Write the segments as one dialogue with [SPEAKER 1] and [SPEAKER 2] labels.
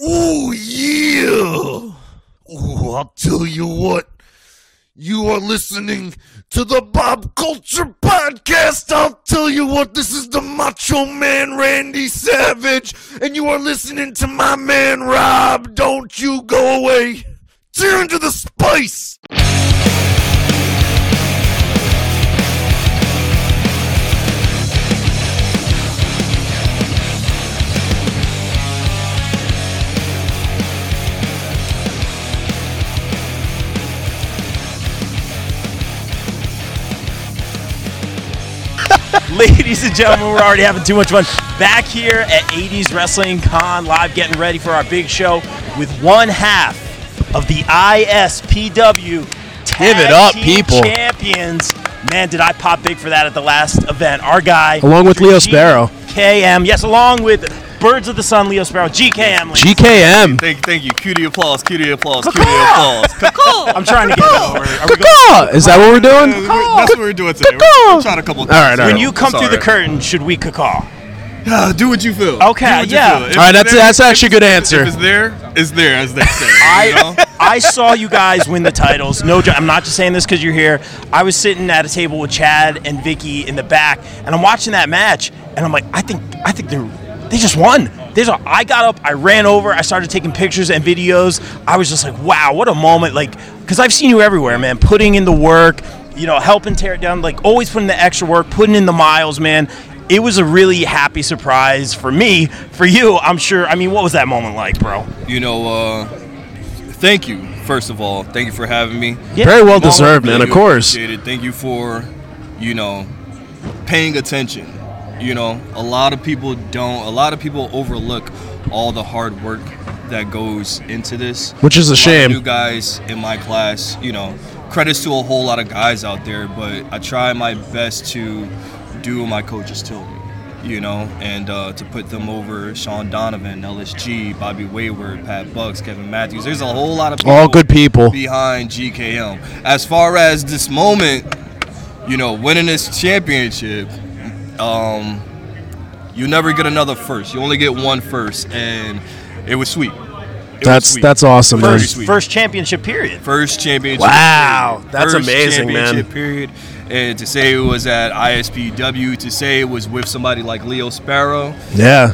[SPEAKER 1] Oh yeah! Ooh, I'll tell you what. You are listening to the Bob Culture Podcast. I'll tell you what, this is the Macho Man Randy Savage, and you are listening to my man Rob. Don't you go away. Tune into the spice.
[SPEAKER 2] Ladies and gentlemen, we're already having too much fun. Back here at 80s Wrestling Con Live, getting ready for our big show with one half of the ISPW Tag
[SPEAKER 3] Give it up,
[SPEAKER 2] Team
[SPEAKER 3] people.
[SPEAKER 2] Champions. Man, did I pop big for that at the last event. Our guy.
[SPEAKER 3] Along with Leo Sparrow.
[SPEAKER 2] KM. Yes, along with Birds of the Sun, Leo Sparrow. GKM. ladies.
[SPEAKER 3] GKM.
[SPEAKER 4] Thank, thank you. Cutie applause. Cutie applause. Cutie
[SPEAKER 2] Caw-caw!
[SPEAKER 4] applause. Caw-caw!
[SPEAKER 2] I'm trying to get that over. Are we going-
[SPEAKER 3] Caw-caw! Is that what we're
[SPEAKER 4] That's
[SPEAKER 3] doing?
[SPEAKER 4] what we're doing today. We're, we're trying a couple. Things.
[SPEAKER 3] All right, all right.
[SPEAKER 2] When you come through the curtain, should we caw?
[SPEAKER 4] curtain, do what you feel.
[SPEAKER 2] Okay,
[SPEAKER 4] Do what you
[SPEAKER 2] yeah.
[SPEAKER 4] feel.
[SPEAKER 3] All right, that's
[SPEAKER 4] it's
[SPEAKER 3] that's actually a good
[SPEAKER 4] there,
[SPEAKER 3] answer.
[SPEAKER 4] If it's there, it's there, as they say. you know?
[SPEAKER 2] I, I saw you guys win the titles. No, jo- I'm not just saying this because you're here. I was sitting at a table with Chad and Vicky in the back, and I'm watching that match, and I'm like, I think I think they they just won. There's a, I got up, I ran over, I started taking pictures and videos. I was just like, wow, what a moment! Like, because I've seen you everywhere, man, putting in the work, you know, helping tear it down, like always putting the extra work, putting in the miles, man. It was a really happy surprise for me. For you, I'm sure. I mean, what was that moment like, bro?
[SPEAKER 4] You know, uh, thank you, first of all. Thank you for having me.
[SPEAKER 3] Very well
[SPEAKER 4] Mom, I
[SPEAKER 3] deserved, man.
[SPEAKER 4] really
[SPEAKER 3] Of course.
[SPEAKER 4] appreciate it. Thank you for, you know, paying attention. You know, a lot of people don't. A lot of people overlook all the hard work that goes into this,
[SPEAKER 3] Which is a
[SPEAKER 4] lot of
[SPEAKER 3] shame.
[SPEAKER 4] New guys in my class, you know, credits to a whole lot of guys out there, but I try my best to do what my coaches tell me. You know, and uh, to put them over Sean Donovan, LSG, Bobby Wayward, Pat Bucks, Kevin Matthews. There's a whole lot of people
[SPEAKER 3] All good people.
[SPEAKER 4] behind GKM. As far as this moment, you know, winning this championship, um, you never get another first. You only get one first, and it was sweet. It was
[SPEAKER 3] That's
[SPEAKER 4] sweet.
[SPEAKER 3] that's awesome, man.
[SPEAKER 4] Very
[SPEAKER 2] First,
[SPEAKER 4] sweet.
[SPEAKER 2] first championship period.
[SPEAKER 4] First championship.
[SPEAKER 3] Wow,
[SPEAKER 4] period.
[SPEAKER 3] that's
[SPEAKER 4] First
[SPEAKER 3] amazing, man.
[SPEAKER 4] championship Period. And to say it was at ISPW, to say it was with somebody like Leo Sparrow,
[SPEAKER 3] Yeah.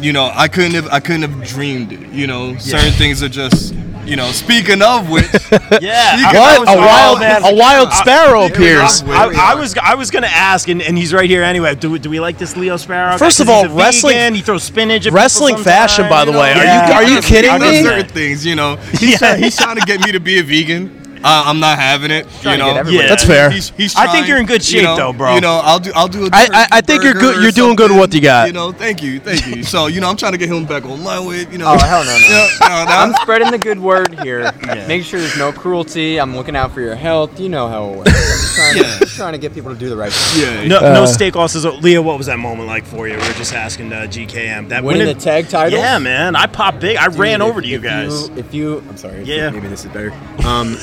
[SPEAKER 4] you know, I couldn't have, I couldn't have dreamed it. You know, certain things are just, you know. Speaking of which,
[SPEAKER 2] Yeah.
[SPEAKER 4] Speaking
[SPEAKER 2] I- I
[SPEAKER 3] What
[SPEAKER 2] was
[SPEAKER 3] a
[SPEAKER 2] gonna-
[SPEAKER 3] wild
[SPEAKER 2] man.
[SPEAKER 3] a wild sparrow appears.
[SPEAKER 2] I, I was I was gonna ask, and, and he's right here anyway. Do, we- do we like this Leo Sparrow? guy?
[SPEAKER 3] First
[SPEAKER 2] 'Cause
[SPEAKER 3] of all,
[SPEAKER 2] he's a vegan,
[SPEAKER 3] wrestling-
[SPEAKER 2] He throws spinach. At
[SPEAKER 3] wrestling
[SPEAKER 2] people sometimes,
[SPEAKER 3] fashion, by
[SPEAKER 2] you
[SPEAKER 3] the
[SPEAKER 2] know?
[SPEAKER 3] way. Are you-
[SPEAKER 2] Yeah.
[SPEAKER 3] are you kidding
[SPEAKER 4] I know
[SPEAKER 3] me?
[SPEAKER 4] certain things, you know. He's,
[SPEAKER 2] Yeah.
[SPEAKER 4] trying, he's trying to get me to be a vegan. Uh, I'm not having it. You
[SPEAKER 5] to get
[SPEAKER 4] know.
[SPEAKER 5] everybody
[SPEAKER 2] Yeah.
[SPEAKER 3] That's fair.
[SPEAKER 4] He's, he's
[SPEAKER 2] I think
[SPEAKER 4] trying,
[SPEAKER 2] you're in good
[SPEAKER 4] you
[SPEAKER 2] shape,
[SPEAKER 4] know,
[SPEAKER 2] though, bro.
[SPEAKER 4] You know, I'll do. I'll do. a
[SPEAKER 3] I- I- I
[SPEAKER 4] turkey
[SPEAKER 3] think you're
[SPEAKER 4] burger
[SPEAKER 3] good-
[SPEAKER 4] or
[SPEAKER 3] you're doing good with what you got.
[SPEAKER 4] something, You know, thank you, thank you. So you know, I'm trying to get him back online with you know.
[SPEAKER 5] Oh, hell no, no.
[SPEAKER 4] You know, no, no,
[SPEAKER 5] I'm spreading the good word here. Make sure there's no cruelty. I'm looking out for your health. You know how it works. I'm just trying,
[SPEAKER 4] Yeah.
[SPEAKER 5] just trying to get people to do the right thing.
[SPEAKER 4] yeah.
[SPEAKER 2] No, no
[SPEAKER 3] Uh,
[SPEAKER 2] steak losses. Oh, Leo, what was that moment like for you? We were just asking uh, GKM that
[SPEAKER 5] Winning the
[SPEAKER 2] winning-
[SPEAKER 5] tag title.
[SPEAKER 2] Yeah, man. I popped big. I ran over to you guys.
[SPEAKER 5] if you, I'm sorry. if you-
[SPEAKER 2] Yeah.
[SPEAKER 5] Maybe this is better. Um,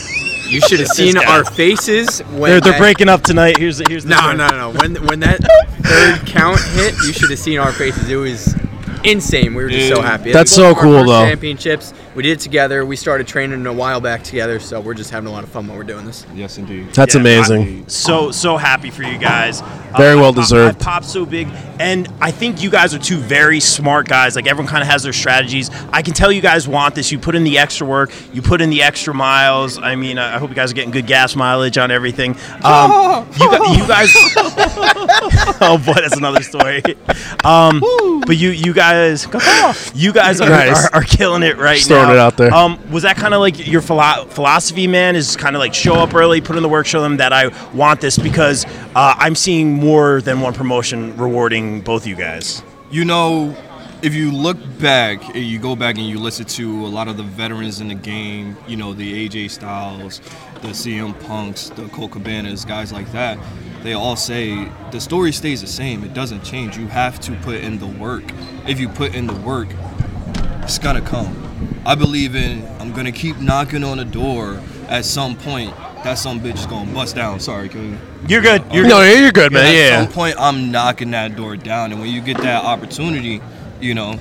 [SPEAKER 5] you should have seen our faces when
[SPEAKER 2] they're, they're
[SPEAKER 5] that-
[SPEAKER 2] breaking up tonight. Here's the, here's the
[SPEAKER 5] No,
[SPEAKER 2] story.
[SPEAKER 5] no, no. When when that third count hit, you should have seen our faces. It was insane. We were just so
[SPEAKER 4] Dude.
[SPEAKER 5] happy.
[SPEAKER 3] That's
[SPEAKER 5] It was
[SPEAKER 3] so
[SPEAKER 5] our
[SPEAKER 3] cool,
[SPEAKER 5] first
[SPEAKER 3] though.
[SPEAKER 5] Championships. We did it together. We started training a while back together, so we're just having a lot of fun while we're doing this.
[SPEAKER 4] Yes, indeed.
[SPEAKER 3] That's
[SPEAKER 2] Yeah,
[SPEAKER 3] amazing.
[SPEAKER 2] I'm so so happy for you guys. Um,
[SPEAKER 3] Very well
[SPEAKER 2] I pop-
[SPEAKER 3] deserved.
[SPEAKER 2] I popped so big, and I think you guys are two very smart guys. Like everyone kind of has their strategies. I can tell you guys want this. You put in the extra work. You put in the extra miles. I mean, I I hope you guys are getting good gas mileage on everything. Um, you, gu- you guys. oh boy, that's another story. Um, but you you guys you guys are,
[SPEAKER 3] Nice.
[SPEAKER 2] are, are killing it right
[SPEAKER 3] Just
[SPEAKER 2] now.
[SPEAKER 3] throwing it out there.
[SPEAKER 2] Um, was that kind of like your philo- philosophy, man? Is kind of like show up early, put in the work, show them that I want this because uh, I'm seeing more than one promotion rewarding both you guys.
[SPEAKER 4] You know, if you look back, eh, you go back and you listen to a lot of the veterans in the game, you know, the AJ Styles, the CM Punks, the Cole Cabanas, guys like that, they all say the story stays the same. It doesn't change. You have to put in the work. If you put in the work, it's gonna come. I believe in I'm gonna keep knocking on the door at some point. That some bitch is gonna bust down. Sorry, can we
[SPEAKER 2] You're good. You're
[SPEAKER 3] No,
[SPEAKER 2] good.
[SPEAKER 3] you're good, man.
[SPEAKER 4] at
[SPEAKER 3] Yeah.
[SPEAKER 4] some point, I'm knocking that door down, and when you get that opportunity, you know,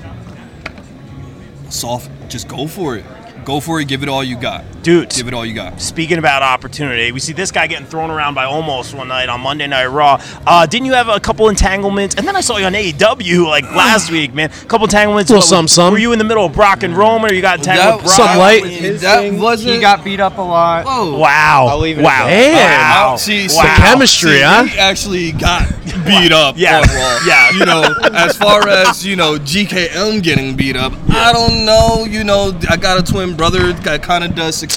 [SPEAKER 4] soft. Just go for it. Go for it. Give it all you got.
[SPEAKER 2] Dude.
[SPEAKER 4] Give it all you got.
[SPEAKER 2] Speaking about opportunity, we see this guy getting thrown around by almost one night on Monday Night Raw. Uh, didn't you have a couple entanglements? And then I saw you on AEW like last week, man. A couple entanglements.
[SPEAKER 3] Little
[SPEAKER 2] What,
[SPEAKER 3] something, something.
[SPEAKER 2] Were you in the middle of Brock and Roman, or you got entangled? with Brock?
[SPEAKER 3] some light.
[SPEAKER 5] His
[SPEAKER 4] That
[SPEAKER 5] thing,
[SPEAKER 4] wasn't.
[SPEAKER 5] he got beat up a lot.
[SPEAKER 4] Whoa.
[SPEAKER 2] Wow!
[SPEAKER 5] I'll leave it
[SPEAKER 2] wow!
[SPEAKER 5] at that.
[SPEAKER 3] Damn.
[SPEAKER 2] Wow!
[SPEAKER 4] See, so-
[SPEAKER 2] wow.
[SPEAKER 3] Chemistry,
[SPEAKER 4] See,
[SPEAKER 3] huh?
[SPEAKER 4] He actually got beat up.
[SPEAKER 2] Yeah.
[SPEAKER 4] on Raw.
[SPEAKER 2] Yeah.
[SPEAKER 4] You know, as far as you know, GKM getting beat up. I don't know. You know, I got a twin brother that kind of does security.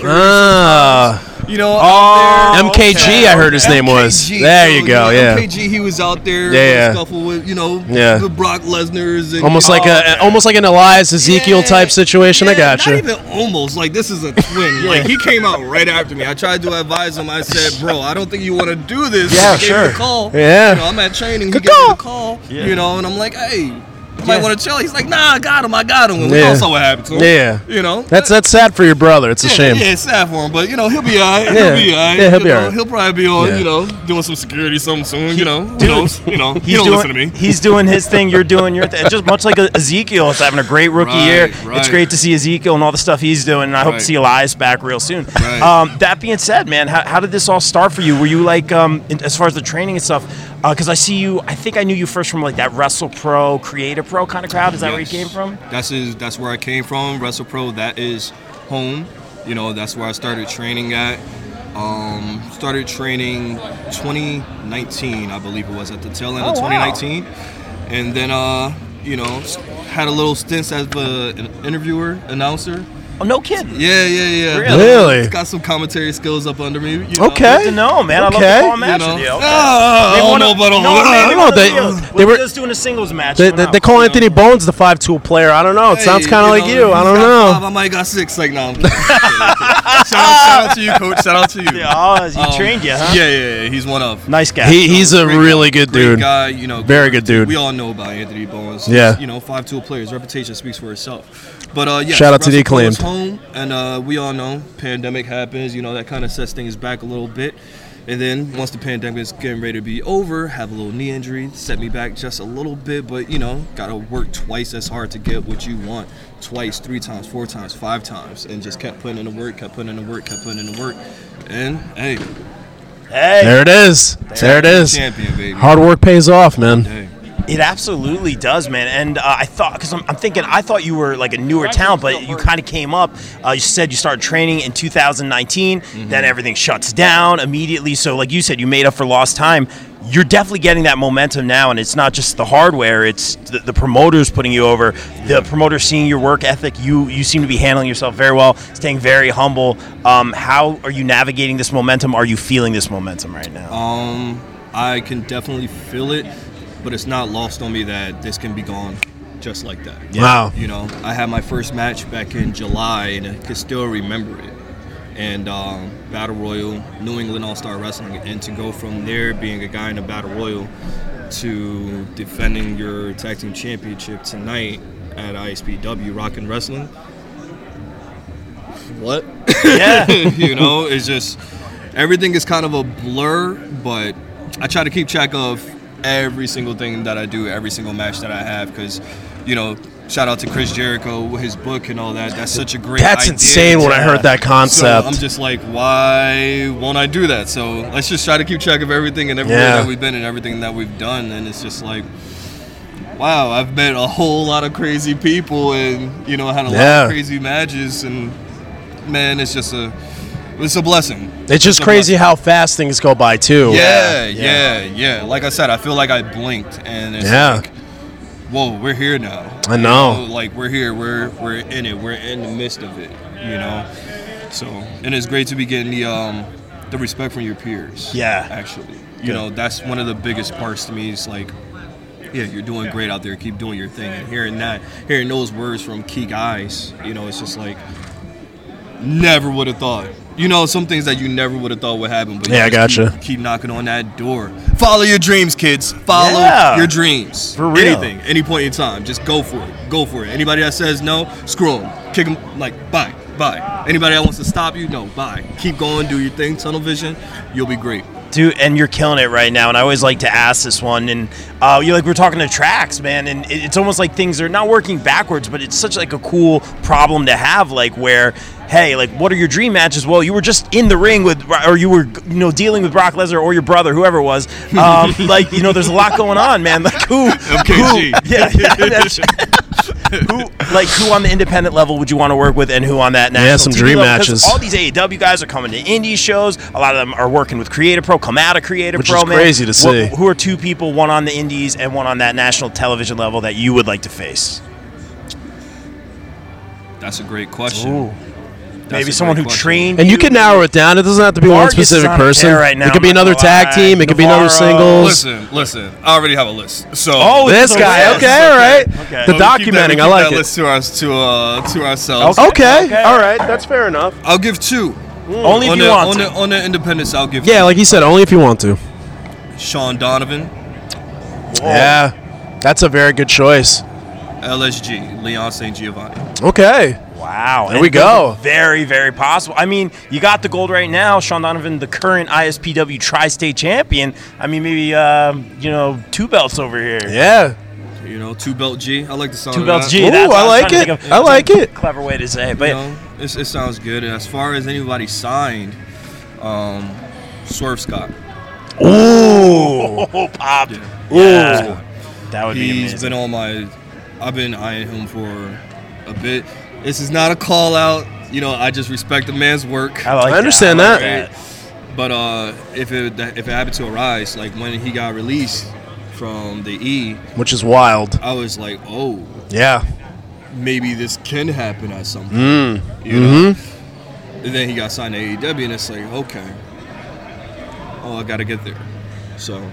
[SPEAKER 3] Ah,
[SPEAKER 4] you know,
[SPEAKER 3] oh,
[SPEAKER 4] out there.
[SPEAKER 3] MKG, I heard his name was.
[SPEAKER 4] MKG,
[SPEAKER 3] There
[SPEAKER 4] so,
[SPEAKER 3] you go.
[SPEAKER 4] know,
[SPEAKER 3] Yeah.
[SPEAKER 4] MKG, he was out there.
[SPEAKER 3] Yeah,
[SPEAKER 4] Yeah,
[SPEAKER 3] yeah.
[SPEAKER 4] Scuffle with you know,
[SPEAKER 3] Yeah.
[SPEAKER 4] the Brock Lesnar's and
[SPEAKER 3] Almost like a, almost like an Elias Ezekiel
[SPEAKER 4] Yeah,
[SPEAKER 3] type situation. I
[SPEAKER 4] yeah,
[SPEAKER 3] got you.
[SPEAKER 4] Not even almost. Like this is a twin. Like he came out right after me. I tried to advise him. I said, "Bro, I don't think you want to do this."
[SPEAKER 2] Yeah,
[SPEAKER 4] I gave him
[SPEAKER 2] sure.
[SPEAKER 4] the call.
[SPEAKER 3] Yeah.
[SPEAKER 4] You know, I'm at training. He
[SPEAKER 3] Good
[SPEAKER 4] gave me
[SPEAKER 3] call.
[SPEAKER 4] the call. You know, and I'm like, "Hey, you might
[SPEAKER 2] Yeah.
[SPEAKER 4] want to chill." He's like, "Nah, I got him. I got him." And we
[SPEAKER 3] Yeah.
[SPEAKER 4] all saw what happened to him.
[SPEAKER 3] Yeah.
[SPEAKER 4] You know,
[SPEAKER 3] That's that's sad for your brother. It's a
[SPEAKER 4] yeah,
[SPEAKER 3] shame.
[SPEAKER 4] Yeah, it's sad for him, but you know he'll be alright.
[SPEAKER 3] Yeah.
[SPEAKER 4] He'll be alright.
[SPEAKER 3] Yeah, he'll
[SPEAKER 4] you
[SPEAKER 3] be
[SPEAKER 4] know,
[SPEAKER 3] alright.
[SPEAKER 4] He'll probably be on,
[SPEAKER 3] Yeah.
[SPEAKER 4] you know, doing some security something soon. You know, who
[SPEAKER 2] Dude,
[SPEAKER 4] knows? You know, he
[SPEAKER 2] He's
[SPEAKER 4] don't
[SPEAKER 2] doing,
[SPEAKER 4] listen to me.
[SPEAKER 2] he's doing his thing. You're doing your thing. Just much like E-, Ezekiel is having a great rookie
[SPEAKER 4] Right,
[SPEAKER 2] year.
[SPEAKER 4] right.
[SPEAKER 2] It's great to see Ezekiel and all the stuff he's doing, and I hope
[SPEAKER 4] Right.
[SPEAKER 2] to see Elias back real soon.
[SPEAKER 4] Right.
[SPEAKER 2] Um, that being said, man, how, how did this all start for you? Were you like, um, in, as far as the training and stuff? Because I see you. I think I knew you first from like that Wrestle Pro, Creator Pro kind of crowd. Is that where you
[SPEAKER 4] Yes.
[SPEAKER 2] came from?
[SPEAKER 4] That's is that's where I came from. WrestlePro, that is home. You know, that's where I started training at. Um, started training 2019, I believe it was at the tail end of
[SPEAKER 2] Oh, wow.
[SPEAKER 4] 2019, and then uh, you know, s- had a little stints as a, an interviewer, announcer.
[SPEAKER 2] Oh, no kidding.
[SPEAKER 4] Yeah, yeah, yeah.
[SPEAKER 3] Really? Really?
[SPEAKER 4] Got some commentary skills up under me. you know.
[SPEAKER 3] Okay.
[SPEAKER 2] Good to know, man. I love
[SPEAKER 3] Okay.
[SPEAKER 2] the call
[SPEAKER 3] You
[SPEAKER 2] match
[SPEAKER 4] know.
[SPEAKER 2] with you. Okay.
[SPEAKER 4] Ah, I
[SPEAKER 2] Maybe
[SPEAKER 4] don't
[SPEAKER 2] one
[SPEAKER 4] know
[SPEAKER 2] of-
[SPEAKER 4] about all
[SPEAKER 2] no,
[SPEAKER 4] that.
[SPEAKER 2] maybe
[SPEAKER 3] I don't know,
[SPEAKER 2] one of
[SPEAKER 3] they-
[SPEAKER 2] those.
[SPEAKER 3] they
[SPEAKER 2] We're
[SPEAKER 3] were-
[SPEAKER 2] just doing a singles match.
[SPEAKER 3] They,
[SPEAKER 2] Why
[SPEAKER 3] they,
[SPEAKER 2] not?
[SPEAKER 3] they call Anthony Bones the five tool player. I don't know. It sounds
[SPEAKER 4] Hey,
[SPEAKER 3] kind of like you. I
[SPEAKER 4] he's
[SPEAKER 3] don't
[SPEAKER 4] got
[SPEAKER 3] know.
[SPEAKER 4] Five, I might got six. Like, no. I'm kidding. shout, out, shout out to you, coach. Shout out to you.
[SPEAKER 2] Yeah, oh, he
[SPEAKER 4] Um,
[SPEAKER 2] trained you, huh?
[SPEAKER 4] Yeah, yeah, yeah. He's one of.
[SPEAKER 2] Nice guy.
[SPEAKER 3] He, he's a
[SPEAKER 4] Great
[SPEAKER 3] really
[SPEAKER 4] guy,
[SPEAKER 3] good
[SPEAKER 4] great
[SPEAKER 3] dude.
[SPEAKER 4] Guy, you know,
[SPEAKER 3] Very good dude.
[SPEAKER 4] We all know about Anthony Bowens.
[SPEAKER 3] Yeah.
[SPEAKER 4] you know, five tool players. Reputation speaks for itself. But uh, yeah,
[SPEAKER 3] Shout out to the
[SPEAKER 4] Russell Crowe is
[SPEAKER 3] Acclaimed.
[SPEAKER 4] Home, and uh, we all know pandemic happens. You know that kind of sets things back a little bit. And then once the pandemic is getting ready to be over, have a little knee injury, set me back just a little bit. But you know, gotta work twice as hard to get what you want. Twice, three times, four times, five times, and just kept putting in the work, kept putting in the work, kept putting in the work. And hey,
[SPEAKER 2] Hey.
[SPEAKER 3] There it is. There it is.
[SPEAKER 4] champion, baby.
[SPEAKER 3] Hard work pays off, man.
[SPEAKER 4] Hey.
[SPEAKER 2] It absolutely does, man. And uh, I thought, because I'm, I'm thinking, I thought you were like a newer talent, but you kind of came up. Uh, you said you started training in 2019, then everything shuts down immediately. So, like you said, you made up for lost time. You're definitely getting that momentum now, and it's not just the hardware; it's the, the promoters putting you over. The promoters seeing your work ethic. You you seem to be handling yourself very well, staying very humble. Um, how are you navigating this momentum? Are you feeling this momentum right now?
[SPEAKER 4] Um, I can definitely feel it, but it's not lost on me that this can be gone just like that.
[SPEAKER 3] Wow.
[SPEAKER 4] You know, I had my first match back in July, and I can still remember it. And um, Battle Royal, New England All Star Wrestling, and to go from there being a guy in a Battle Royal to defending your tag team championship tonight at ISPW Rockin' Wrestling. What?
[SPEAKER 2] yeah.
[SPEAKER 4] you know, it's just everything is kind of a blur, but I try to keep track of every single thing that I do, every single match that I have, because you know, shout out to Chris Jericho with his book and all that. That's such a great.
[SPEAKER 3] That's
[SPEAKER 4] idea.
[SPEAKER 3] insane when I heard that
[SPEAKER 4] So I'm
[SPEAKER 3] concept.
[SPEAKER 4] just like, why won't I do that? So let's just try to keep track of everything and everywhere
[SPEAKER 3] Yeah.
[SPEAKER 4] that we've been and everything that we've done. And it's just like, wow, I've met a whole lot of crazy people and, you know, had a lot
[SPEAKER 3] Yeah.
[SPEAKER 4] of crazy matches. And man, it's just a, it's a blessing.
[SPEAKER 3] It's just
[SPEAKER 4] a
[SPEAKER 3] crazy how fast things go by, too.
[SPEAKER 4] Yeah, yeah, yeah, Like I said, I feel like I blinked and it's
[SPEAKER 3] Yeah.
[SPEAKER 4] like, whoa, we're here now.
[SPEAKER 3] I know.
[SPEAKER 4] You Like we're here, we're we're in it, we're in the midst of it, you know. So and it's great to be getting the um the respect from your peers.
[SPEAKER 2] Yeah.
[SPEAKER 4] Actually. You know, that's one of the biggest parts to me is like yeah, you're doing great out there. Keep doing your thing. And hearing that, hearing those words from key guys, you know, it's just like never would have thought. You know, some things that you never would have thought would happen. But you
[SPEAKER 3] Yeah, I
[SPEAKER 4] just
[SPEAKER 3] gotcha.
[SPEAKER 4] Keep, keep knocking on that door. Follow your dreams, kids. Follow
[SPEAKER 2] Yeah.
[SPEAKER 4] your dreams.
[SPEAKER 2] For real.
[SPEAKER 4] Anything, any point in time, just go for it. Go for it. Anybody that says no, screw them. Kick them. Like bye, bye. Anybody that wants to stop you, no, bye. Keep going. Do your thing. Tunnel vision. You'll be great.
[SPEAKER 2] Dude, and you're killing it right now. And I always like to ask this one. And uh, you like we're talking to tracks, man. And it- it's almost like things are not working backwards, but it's such like a cool problem to have. Like where, hey, like what are your dream matches? Well, you were just in the ring with, or you were you know dealing with Brock Lesnar or your brother, whoever it was. Um, like you know, there's a lot going on, man. Like who?
[SPEAKER 4] MKG.
[SPEAKER 2] Who, yeah, yeah that's- who like who on the independent level would you want to work with, and who on that national?
[SPEAKER 3] some
[SPEAKER 2] TV
[SPEAKER 3] dream
[SPEAKER 2] level? 'Cause
[SPEAKER 3] matches.
[SPEAKER 2] All these AEW guys are coming to indie shows. A lot of them are working with Creative Pro. Come out of Creative
[SPEAKER 3] Which
[SPEAKER 2] Pro,
[SPEAKER 3] is
[SPEAKER 2] man.
[SPEAKER 3] crazy to
[SPEAKER 2] Wh-
[SPEAKER 3] see.
[SPEAKER 2] Who are two people, one on the indies and one on that national television level that you would like to face?
[SPEAKER 4] That's a great question. That's a
[SPEAKER 2] Maybe
[SPEAKER 4] great
[SPEAKER 2] someone who
[SPEAKER 4] question.
[SPEAKER 2] trained.
[SPEAKER 3] And you can narrow it down. It doesn't have to be one
[SPEAKER 2] Vargas is
[SPEAKER 3] specific
[SPEAKER 2] on a tear
[SPEAKER 3] person.
[SPEAKER 2] right now,
[SPEAKER 3] it could be
[SPEAKER 2] I'm not
[SPEAKER 3] another
[SPEAKER 2] gonna
[SPEAKER 3] tag
[SPEAKER 2] lie.
[SPEAKER 3] team. It could be another
[SPEAKER 2] Navarro.
[SPEAKER 3] singles.
[SPEAKER 4] Listen, listen. I already have a list. So
[SPEAKER 2] Oh,
[SPEAKER 3] This
[SPEAKER 2] It's a
[SPEAKER 3] guy.
[SPEAKER 2] list.
[SPEAKER 3] Okay, all
[SPEAKER 2] Okay.
[SPEAKER 3] right. The
[SPEAKER 2] Well,
[SPEAKER 4] Well, we keep that- we
[SPEAKER 3] documenting. I
[SPEAKER 4] keep
[SPEAKER 3] like
[SPEAKER 4] that
[SPEAKER 3] it.
[SPEAKER 4] list to us to uh to ourselves.
[SPEAKER 3] Okay.
[SPEAKER 2] Okay.
[SPEAKER 3] All right. That's fair enough.
[SPEAKER 4] I'll give two.
[SPEAKER 2] Only if
[SPEAKER 4] on
[SPEAKER 2] you
[SPEAKER 4] the,
[SPEAKER 2] want
[SPEAKER 4] on
[SPEAKER 2] to.
[SPEAKER 4] the on the independence, I'll give
[SPEAKER 3] Yeah, like you said, only if you want to.
[SPEAKER 4] Sean Donovan,
[SPEAKER 3] Oh. Yeah. That's a very good choice.
[SPEAKER 4] LSG, Leon St. Giovanni.
[SPEAKER 3] Okay.
[SPEAKER 2] Wow.
[SPEAKER 3] There
[SPEAKER 2] and
[SPEAKER 3] we
[SPEAKER 2] those
[SPEAKER 3] go.
[SPEAKER 2] are Very, very possible. I mean, you got the gold right now. Sean Donovan, the current ISPW tri-state champion. I mean, maybe um, you know two belts over here.
[SPEAKER 3] Yeah.
[SPEAKER 4] You know, two belt G. I like the sound.
[SPEAKER 2] Two
[SPEAKER 4] of
[SPEAKER 2] belts
[SPEAKER 4] that.
[SPEAKER 2] G.
[SPEAKER 3] Ooh,
[SPEAKER 2] that's what
[SPEAKER 3] I
[SPEAKER 2] was
[SPEAKER 3] like
[SPEAKER 2] trying to
[SPEAKER 3] it.
[SPEAKER 2] think
[SPEAKER 3] I like it.
[SPEAKER 2] Clever way to say it, but
[SPEAKER 4] You know, it's, it sounds good. And as far as anybody signed, um, Swerve Scott.
[SPEAKER 2] Oh, pop.
[SPEAKER 4] Yeah.
[SPEAKER 2] Yeah.
[SPEAKER 4] Scott.
[SPEAKER 2] That would be
[SPEAKER 4] He's
[SPEAKER 2] amazing.
[SPEAKER 4] been on my. I've been eyeing him for a bit. This is not a call out. You know, I just respect the man's
[SPEAKER 2] like
[SPEAKER 4] work.
[SPEAKER 2] that.
[SPEAKER 3] understand
[SPEAKER 2] like
[SPEAKER 4] that. But uh, if it if it happened to arise, like when he got released from the E,
[SPEAKER 3] Which is wild.
[SPEAKER 4] I was like, oh,
[SPEAKER 3] Yeah.
[SPEAKER 4] maybe this can happen at some point.
[SPEAKER 3] Mm.
[SPEAKER 4] You know?
[SPEAKER 2] Mm-hmm.
[SPEAKER 4] And then he got signed to AEW, and it's like, okay, oh, I got to get there. So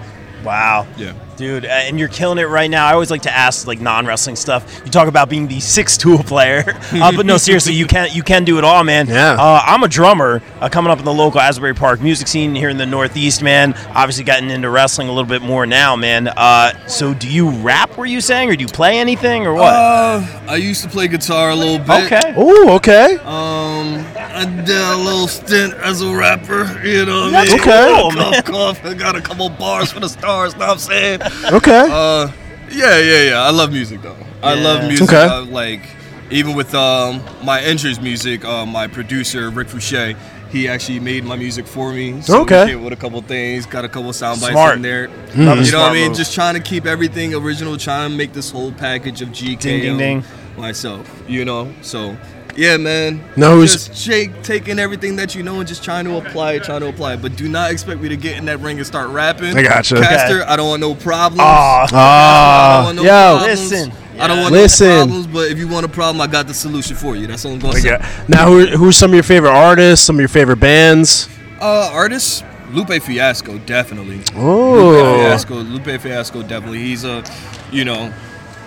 [SPEAKER 2] Wow.
[SPEAKER 4] yeah,
[SPEAKER 2] Dude, uh, and you're killing it right now. I always like to ask like non-wrestling stuff. You talk about being the six-tool player, uh, but no, seriously, you can you can do it all, man.
[SPEAKER 3] Yeah.
[SPEAKER 2] Uh, I'm a drummer uh, coming up in the local Asbury Park music scene here in the Northeast, man. Obviously, gotten into wrestling a little bit more now, man. Uh, so, do you rap? Were you saying, or do you play anything, or what?
[SPEAKER 4] Uh, I used to play guitar a little bit.
[SPEAKER 2] okay.
[SPEAKER 3] Ooh, okay.
[SPEAKER 4] Um, I did a little stint as a rapper. You know, what I
[SPEAKER 2] That's
[SPEAKER 4] mean?
[SPEAKER 2] cool,
[SPEAKER 4] Cough,
[SPEAKER 2] man.
[SPEAKER 4] cough. I got a couple bars for the stars. Know what I'm saying.
[SPEAKER 3] Okay.
[SPEAKER 4] Uh, yeah, yeah, yeah. I love music though. I love
[SPEAKER 2] Yeah.
[SPEAKER 4] music.
[SPEAKER 3] Okay.
[SPEAKER 4] I, like even with um, my entrance music, uh, my producer Rick Fouché, he actually made my music for me. So we
[SPEAKER 3] Okay. Hmm.
[SPEAKER 4] came up with a couple things, got a couple sound bites
[SPEAKER 2] Smart.
[SPEAKER 4] in there.
[SPEAKER 2] Another
[SPEAKER 4] You know what I
[SPEAKER 2] smart
[SPEAKER 4] mean?
[SPEAKER 2] move.
[SPEAKER 4] Just trying to keep everything original, trying to make this whole package of GK
[SPEAKER 2] Ding, ding, ding.
[SPEAKER 4] myself. You know, so. Yeah, man.
[SPEAKER 3] No, it's-
[SPEAKER 4] just Jake taking everything that you know and just trying to apply it, trying to apply it. But do not expect me to get in that ring and start rapping.
[SPEAKER 3] I gotcha.
[SPEAKER 4] Caster, I don't want no problems.
[SPEAKER 2] Aw,
[SPEAKER 4] I don't
[SPEAKER 3] Ah,
[SPEAKER 4] want no
[SPEAKER 3] yo.
[SPEAKER 4] problems.
[SPEAKER 2] Listen.
[SPEAKER 4] I don't want
[SPEAKER 3] Listen.
[SPEAKER 4] no problems, but if you want a problem, I got the solution for you. That's all I'm gonna say.
[SPEAKER 3] Now, who, who are some of your favorite artists? Some of your favorite bands?
[SPEAKER 4] Uh, artists, Lupe Fiasco, definitely. Lupe
[SPEAKER 3] Oh,
[SPEAKER 4] Fiasco, Lupe Fiasco, definitely. He's a, you know,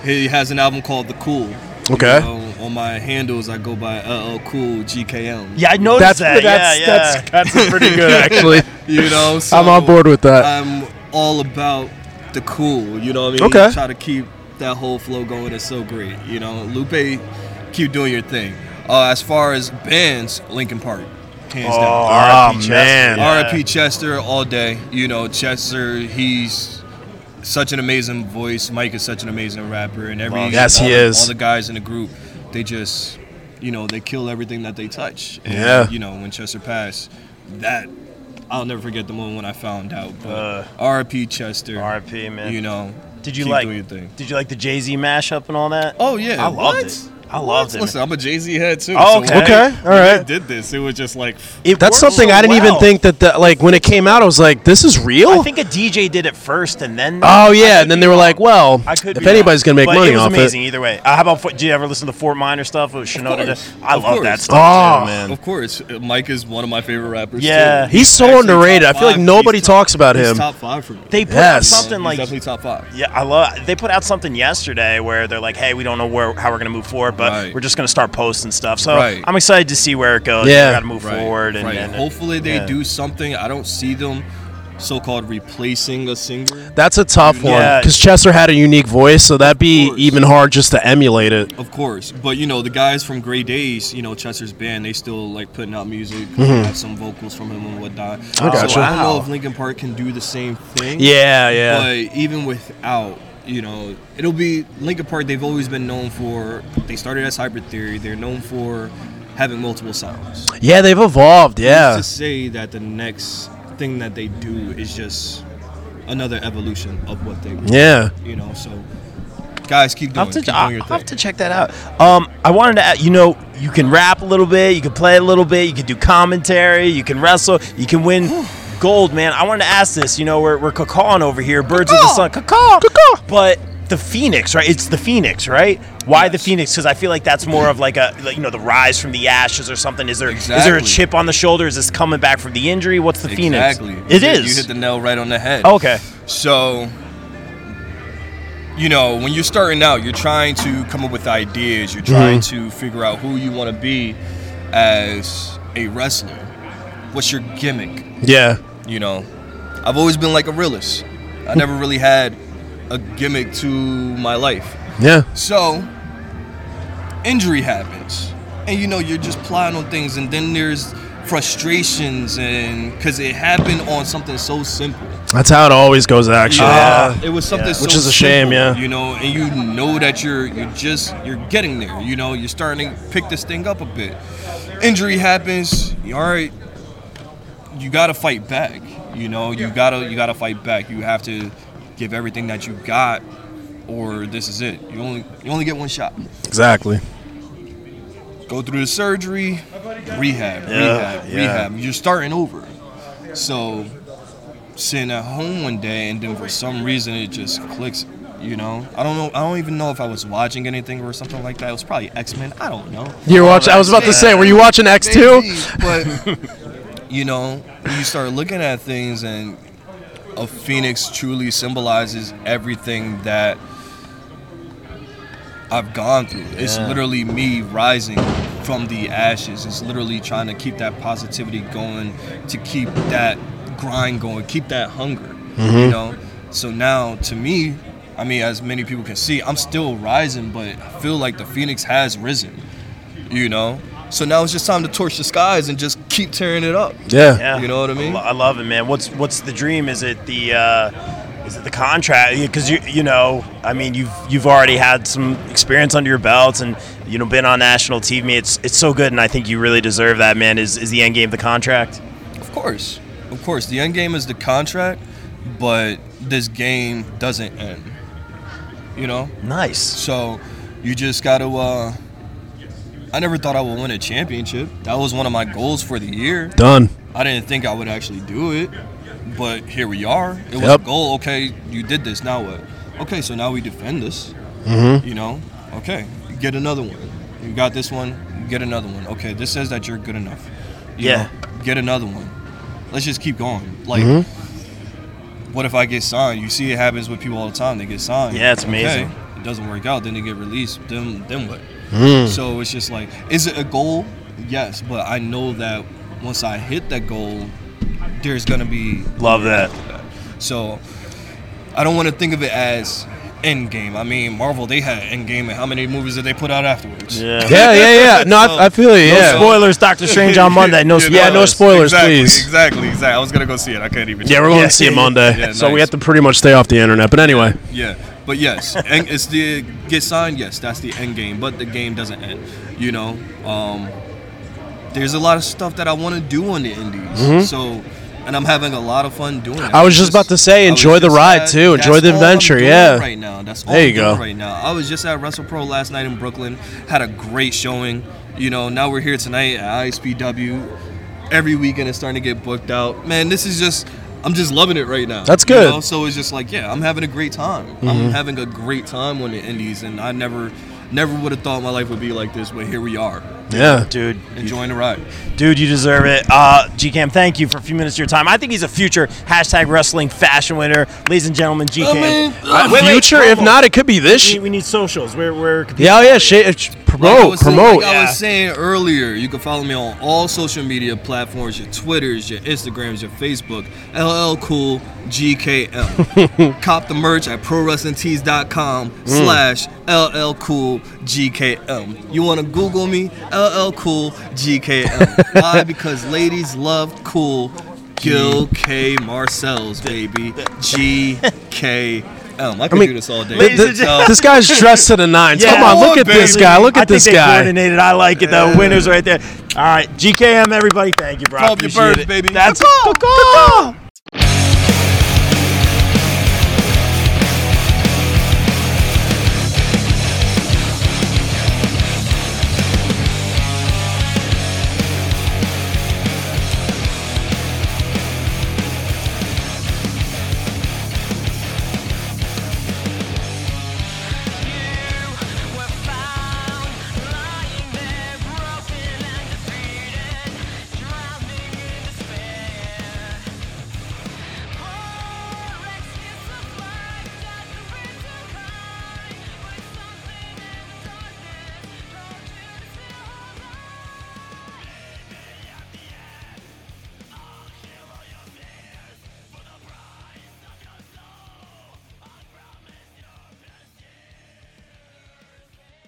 [SPEAKER 4] he has an album called The Cool. You
[SPEAKER 3] Okay.
[SPEAKER 4] know, on my handles, I go by LL Cool GKM.
[SPEAKER 2] yeah, I noticed
[SPEAKER 3] that's
[SPEAKER 2] that.
[SPEAKER 3] that's that's,
[SPEAKER 2] yeah, yeah.
[SPEAKER 3] that's pretty good actually.
[SPEAKER 4] You know, so
[SPEAKER 3] I'm on board with
[SPEAKER 2] Uh,
[SPEAKER 3] that.
[SPEAKER 4] I'm all about the cool. You know what I mean?
[SPEAKER 3] Okay.
[SPEAKER 4] Try to keep that whole flow going. It's so great. You know, Lupe, keep doing your thing. Uh, as far as bands, Linkin Park, hands
[SPEAKER 2] Oh,
[SPEAKER 4] down.
[SPEAKER 2] R.I.P.
[SPEAKER 3] Oh,
[SPEAKER 2] Chester,
[SPEAKER 3] man.
[SPEAKER 2] yeah.
[SPEAKER 4] R.I.P. Chester all day. You know, Chester, he's such an amazing voice. Mike is such an amazing rapper, and every
[SPEAKER 2] Love
[SPEAKER 3] Yes,
[SPEAKER 4] all,
[SPEAKER 3] he
[SPEAKER 4] the-
[SPEAKER 3] is.
[SPEAKER 4] All the guys in the group, they just, you know, they kill everything that they touch. And,
[SPEAKER 3] Yeah.
[SPEAKER 4] You know, when Chester passed, that I'll never forget the moment when I found out. But
[SPEAKER 2] Uh,
[SPEAKER 4] R.I.P. Chester.
[SPEAKER 2] R.I.P. Man.
[SPEAKER 4] You know.
[SPEAKER 2] Did you
[SPEAKER 4] keep
[SPEAKER 2] like?
[SPEAKER 4] doing your thing.
[SPEAKER 2] Did you like the Jay Z mashup and all that?
[SPEAKER 4] Oh yeah,
[SPEAKER 2] I loved
[SPEAKER 4] what?
[SPEAKER 2] it. I loved it.
[SPEAKER 4] Listen, I'm a Jay Z head too.
[SPEAKER 2] Oh,
[SPEAKER 4] so when
[SPEAKER 3] okay,
[SPEAKER 4] they-
[SPEAKER 3] all right.
[SPEAKER 4] When they did this, it was just like
[SPEAKER 2] It
[SPEAKER 3] That's
[SPEAKER 2] worked
[SPEAKER 3] something
[SPEAKER 2] so
[SPEAKER 3] I didn't even
[SPEAKER 2] well.
[SPEAKER 3] think that the, like when it came out, I was like, "This is real."
[SPEAKER 2] I think a DJ did it first, and then.
[SPEAKER 3] oh
[SPEAKER 2] I
[SPEAKER 3] yeah,
[SPEAKER 2] could
[SPEAKER 3] and then
[SPEAKER 2] be
[SPEAKER 3] they were
[SPEAKER 2] wrong.
[SPEAKER 3] like, "Well,
[SPEAKER 2] I could
[SPEAKER 3] if
[SPEAKER 2] be
[SPEAKER 3] anybody's
[SPEAKER 2] wrong.
[SPEAKER 3] gonna make
[SPEAKER 2] But
[SPEAKER 3] money
[SPEAKER 2] it was
[SPEAKER 3] off
[SPEAKER 2] amazing
[SPEAKER 3] it,
[SPEAKER 2] either way. Uh, how about? Fo- Did you ever listen to Fort Minor stuff with Shinoda?
[SPEAKER 4] course.
[SPEAKER 2] I
[SPEAKER 4] Of
[SPEAKER 2] love that
[SPEAKER 4] course.
[SPEAKER 2] stuff
[SPEAKER 3] Oh.
[SPEAKER 2] too, man.
[SPEAKER 4] Of course, uh, Mike is one of my favorite rappers.
[SPEAKER 2] Yeah.
[SPEAKER 4] too.
[SPEAKER 3] he's so
[SPEAKER 4] actually
[SPEAKER 3] underrated. I
[SPEAKER 4] top
[SPEAKER 3] feel like
[SPEAKER 4] five.
[SPEAKER 3] nobody
[SPEAKER 4] He's top-
[SPEAKER 3] talks about
[SPEAKER 4] he's
[SPEAKER 3] him.
[SPEAKER 4] top five for me.
[SPEAKER 2] They put
[SPEAKER 3] Yes.
[SPEAKER 2] out something
[SPEAKER 4] He's
[SPEAKER 2] like
[SPEAKER 4] definitely top five.
[SPEAKER 2] Yeah, I love. They put out something yesterday where they're like, "Hey, we don't know where how we're gonna move forward, but
[SPEAKER 4] Right.
[SPEAKER 2] we're just gonna start posting stuff." So
[SPEAKER 4] Right.
[SPEAKER 2] I'm excited to see where it goes.
[SPEAKER 3] Yeah.
[SPEAKER 2] we gotta move forward, and,
[SPEAKER 4] right.
[SPEAKER 2] and-
[SPEAKER 4] hopefully they
[SPEAKER 2] yeah.
[SPEAKER 4] do something. I don't see them so-called replacing a singer.
[SPEAKER 3] That's a tough one
[SPEAKER 2] Yeah.
[SPEAKER 3] because Chester had a unique voice, so that'd be
[SPEAKER 4] course.
[SPEAKER 3] even hard just to emulate it.
[SPEAKER 4] Of course, but you know the guys from Grey Days, you know Chester's band, they still like putting out music, have some vocals from him and whatnot. I
[SPEAKER 3] Mm-hmm. gotcha.
[SPEAKER 4] So I don't know
[SPEAKER 2] Wow.
[SPEAKER 4] if Linkin Park can do the same thing.
[SPEAKER 3] Yeah, yeah.
[SPEAKER 4] But even without, you know, it'll be Linkin Park. They've always been known for. They started as Hybrid Theory. They're known for having multiple sounds.
[SPEAKER 3] yeah, they've evolved. Yeah.
[SPEAKER 4] Who's to say that the next thing that they do is just another evolution of what they. were,
[SPEAKER 3] Yeah.
[SPEAKER 4] You know, so guys, keep
[SPEAKER 2] I'll
[SPEAKER 4] doing.
[SPEAKER 2] have,
[SPEAKER 4] keep
[SPEAKER 2] to,
[SPEAKER 4] doing your
[SPEAKER 2] I'll have
[SPEAKER 4] thing.
[SPEAKER 2] to check that out. Um, I wanted to, add, you know, you can rap a little bit, you can play a little bit, you can do commentary, you can wrestle, you can win gold, man. I wanted to ask this. You know, we're, we're cacawing over here, birds of the sun, cacaw, cacaw. But the phoenix, right? It's the phoenix, right? Why the phoenix? Because I feel like that's more of like a, like, you know, the rise from the ashes or something. Is there is there a
[SPEAKER 4] Exactly.
[SPEAKER 2] chip on the shoulder? Is this coming back from the injury? What's the
[SPEAKER 4] Exactly.
[SPEAKER 2] phoenix? It
[SPEAKER 4] You-
[SPEAKER 2] is. Oh,
[SPEAKER 4] You hit the nail right on the head.
[SPEAKER 2] okay.
[SPEAKER 4] So, you know, when you're starting out, you're trying to come up with ideas. You're
[SPEAKER 2] Mm-hmm.
[SPEAKER 4] trying to figure out who you want to be as a wrestler. What's your gimmick?
[SPEAKER 3] Yeah.
[SPEAKER 4] You know, I've always been like a realist. I never really had a gimmick to my life.
[SPEAKER 3] Yeah.
[SPEAKER 4] So, injury happens, and you know you're just plotting on things, and then there's frustrations, and because it happened on something so simple.
[SPEAKER 3] That's how it always goes, actually.
[SPEAKER 4] Uh, it was something, so
[SPEAKER 3] Which is a shame,
[SPEAKER 4] simple,
[SPEAKER 3] yeah.
[SPEAKER 4] You know, and you know that you're you're just you're getting there. You know, you're starting to pick this thing up a bit. Injury happens. you- All right, you gotta fight back. You know, you gotta you gotta fight back. You have to give everything that you got, or this is it. You only you only get one shot.
[SPEAKER 3] Exactly.
[SPEAKER 4] Go through the surgery, rehab, rehab,
[SPEAKER 3] yeah.
[SPEAKER 4] rehab. You're starting over. So sitting at home one day and then for some reason it just clicks you know i don't know i don't even know if i was watching anything or something like that it was probably x-men i don't know
[SPEAKER 3] You're watching. I was about to say, were you watching
[SPEAKER 4] Maybe,
[SPEAKER 3] X2?
[SPEAKER 4] but you know you start looking at things and a phoenix truly symbolizes everything that i've gone through it's literally me rising from the ashes it's literally trying to keep that positivity going to keep that grind going keep that hunger you know so now to me i mean as many people can see i'm still rising but i feel like the phoenix has risen you know so now it's just time to torch the skies and just keep tearing it up
[SPEAKER 3] Yeah.
[SPEAKER 2] Yeah.
[SPEAKER 4] You know what I
[SPEAKER 2] lo-
[SPEAKER 4] mean?
[SPEAKER 2] I love it, man. What's what's the dream? Is it the uh, is it the contract? Because you you know, I mean, you've you've already had some experience under your belt, and you know, been on national TV. It's it's so good, and I think you really deserve that, man. Is is the end game the contract?
[SPEAKER 4] Of course. Of course. The end game is the contract, but this game doesn't end. You know?
[SPEAKER 2] Nice.
[SPEAKER 4] So you just got to. Uh, I never thought I would win a championship. That was one of my goals for the year.
[SPEAKER 3] Done.
[SPEAKER 4] I didn't think I would actually do it, but here we are. It was
[SPEAKER 3] Yep.
[SPEAKER 4] a goal. Okay, you did this. Now what? Okay, so now we defend this. You know? Okay, get another one. You got this one. Get another one. Okay, this says that you're good enough. You
[SPEAKER 2] Yeah.
[SPEAKER 4] know, get another one. Let's just keep going. Like,
[SPEAKER 3] Mm-hmm.
[SPEAKER 4] what if I get signed? You see, it happens with people all the time. They get signed.
[SPEAKER 2] Yeah, it's amazing.
[SPEAKER 4] Okay, it doesn't work out. Then they get released. Then, then what?
[SPEAKER 3] Mm.
[SPEAKER 4] So it's just like, is it a goal? Yes, but I know that once I hit that goal, there's gonna be
[SPEAKER 2] Love that.
[SPEAKER 4] so I don't want to think of it as end game. I mean, Marvel they had end game, and how many movies did they put out afterwards?
[SPEAKER 2] Yeah.
[SPEAKER 3] Yeah, yeah, yeah. No, I, I feel you. Yeah.
[SPEAKER 2] Spoilers, Doctor Strange on Monday. No spoilers.
[SPEAKER 3] Yeah, no spoilers,
[SPEAKER 4] exactly,
[SPEAKER 3] please.
[SPEAKER 4] Exactly, exactly. I was gonna go see it. I can't even.
[SPEAKER 3] Yeah, we're going
[SPEAKER 2] Yeah.
[SPEAKER 3] to see it Monday.
[SPEAKER 4] Yeah,
[SPEAKER 3] so we
[SPEAKER 4] nice.
[SPEAKER 3] have to pretty much stay off the internet. But anyway,
[SPEAKER 4] Yeah, but yes, and it's the get signed. Yes, that's the end game, but the game doesn't end. You know, um, there's a lot of stuff that I want to do on the indies. So, and I'm having a lot of fun doing it.
[SPEAKER 3] Mm-hmm. I was just about to say,
[SPEAKER 4] I was
[SPEAKER 3] enjoy the
[SPEAKER 4] just
[SPEAKER 3] ride, too.
[SPEAKER 4] that's
[SPEAKER 3] Enjoy the
[SPEAKER 4] all I'm
[SPEAKER 3] adventure,
[SPEAKER 4] doing
[SPEAKER 3] yeah.
[SPEAKER 4] Right now, that's all
[SPEAKER 3] There
[SPEAKER 4] I'm
[SPEAKER 3] you
[SPEAKER 4] doing
[SPEAKER 3] go.
[SPEAKER 4] Right now, I was just at WrestlePro last night in Brooklyn. Had a great showing. You know, now we're here tonight at ISPW. Every weekend is starting to get booked out. Man, this is just. I'm just loving it right now.
[SPEAKER 3] That's
[SPEAKER 4] you
[SPEAKER 3] good. Mm-hmm.
[SPEAKER 4] know? So it's just like, yeah, I'm having a great time. I'm having a great time on the indies, and I never, never would have thought my life would be like this, but here we are,
[SPEAKER 3] yeah.
[SPEAKER 2] Dude,
[SPEAKER 4] enjoying the ride.
[SPEAKER 2] Dude, you deserve it. Uh, GCam, thank you for a few minutes of your time. I think he's a future hashtag wrestling fashion winner. Ladies and gentlemen, GCam.
[SPEAKER 4] mean,
[SPEAKER 2] Uh, wait, wait,
[SPEAKER 3] Future, if
[SPEAKER 2] promo.
[SPEAKER 3] not, it could be this.
[SPEAKER 2] We,
[SPEAKER 3] sh-
[SPEAKER 2] we need socials. We're, we're
[SPEAKER 3] Yeah, oh yeah. Sh- sh-
[SPEAKER 4] Like I
[SPEAKER 3] promote,
[SPEAKER 4] was-
[SPEAKER 3] promote.
[SPEAKER 4] Like I was saying earlier, you can follow me on all social media platforms: your Twitters, your Instagrams, your Facebook. LL Cool GKL. Cop the merch at prowrestlingtees.com
[SPEAKER 3] Mm.
[SPEAKER 4] slash LL Cool GKM. You want to Google me? LL Cool GKM. Why? Because ladies love cool. Gil K. Marcel's baby. GKM. I could
[SPEAKER 3] mean,
[SPEAKER 4] do this all day.
[SPEAKER 3] Th- th- this guy's dressed to the nines.
[SPEAKER 2] Yeah.
[SPEAKER 3] Come on, look
[SPEAKER 4] Come
[SPEAKER 3] at
[SPEAKER 4] on,
[SPEAKER 3] this
[SPEAKER 4] baby.
[SPEAKER 3] guy. Look
[SPEAKER 2] I
[SPEAKER 3] at this
[SPEAKER 2] think They
[SPEAKER 3] guy.
[SPEAKER 2] coordinated. I like it though. Winners right there. All right, GKM, everybody. Thank you, bro. I
[SPEAKER 4] Pump your
[SPEAKER 2] appreciate
[SPEAKER 4] birds,
[SPEAKER 2] it.
[SPEAKER 4] baby.
[SPEAKER 2] That's it.
[SPEAKER 4] Caw-caw.
[SPEAKER 2] Caw-caw.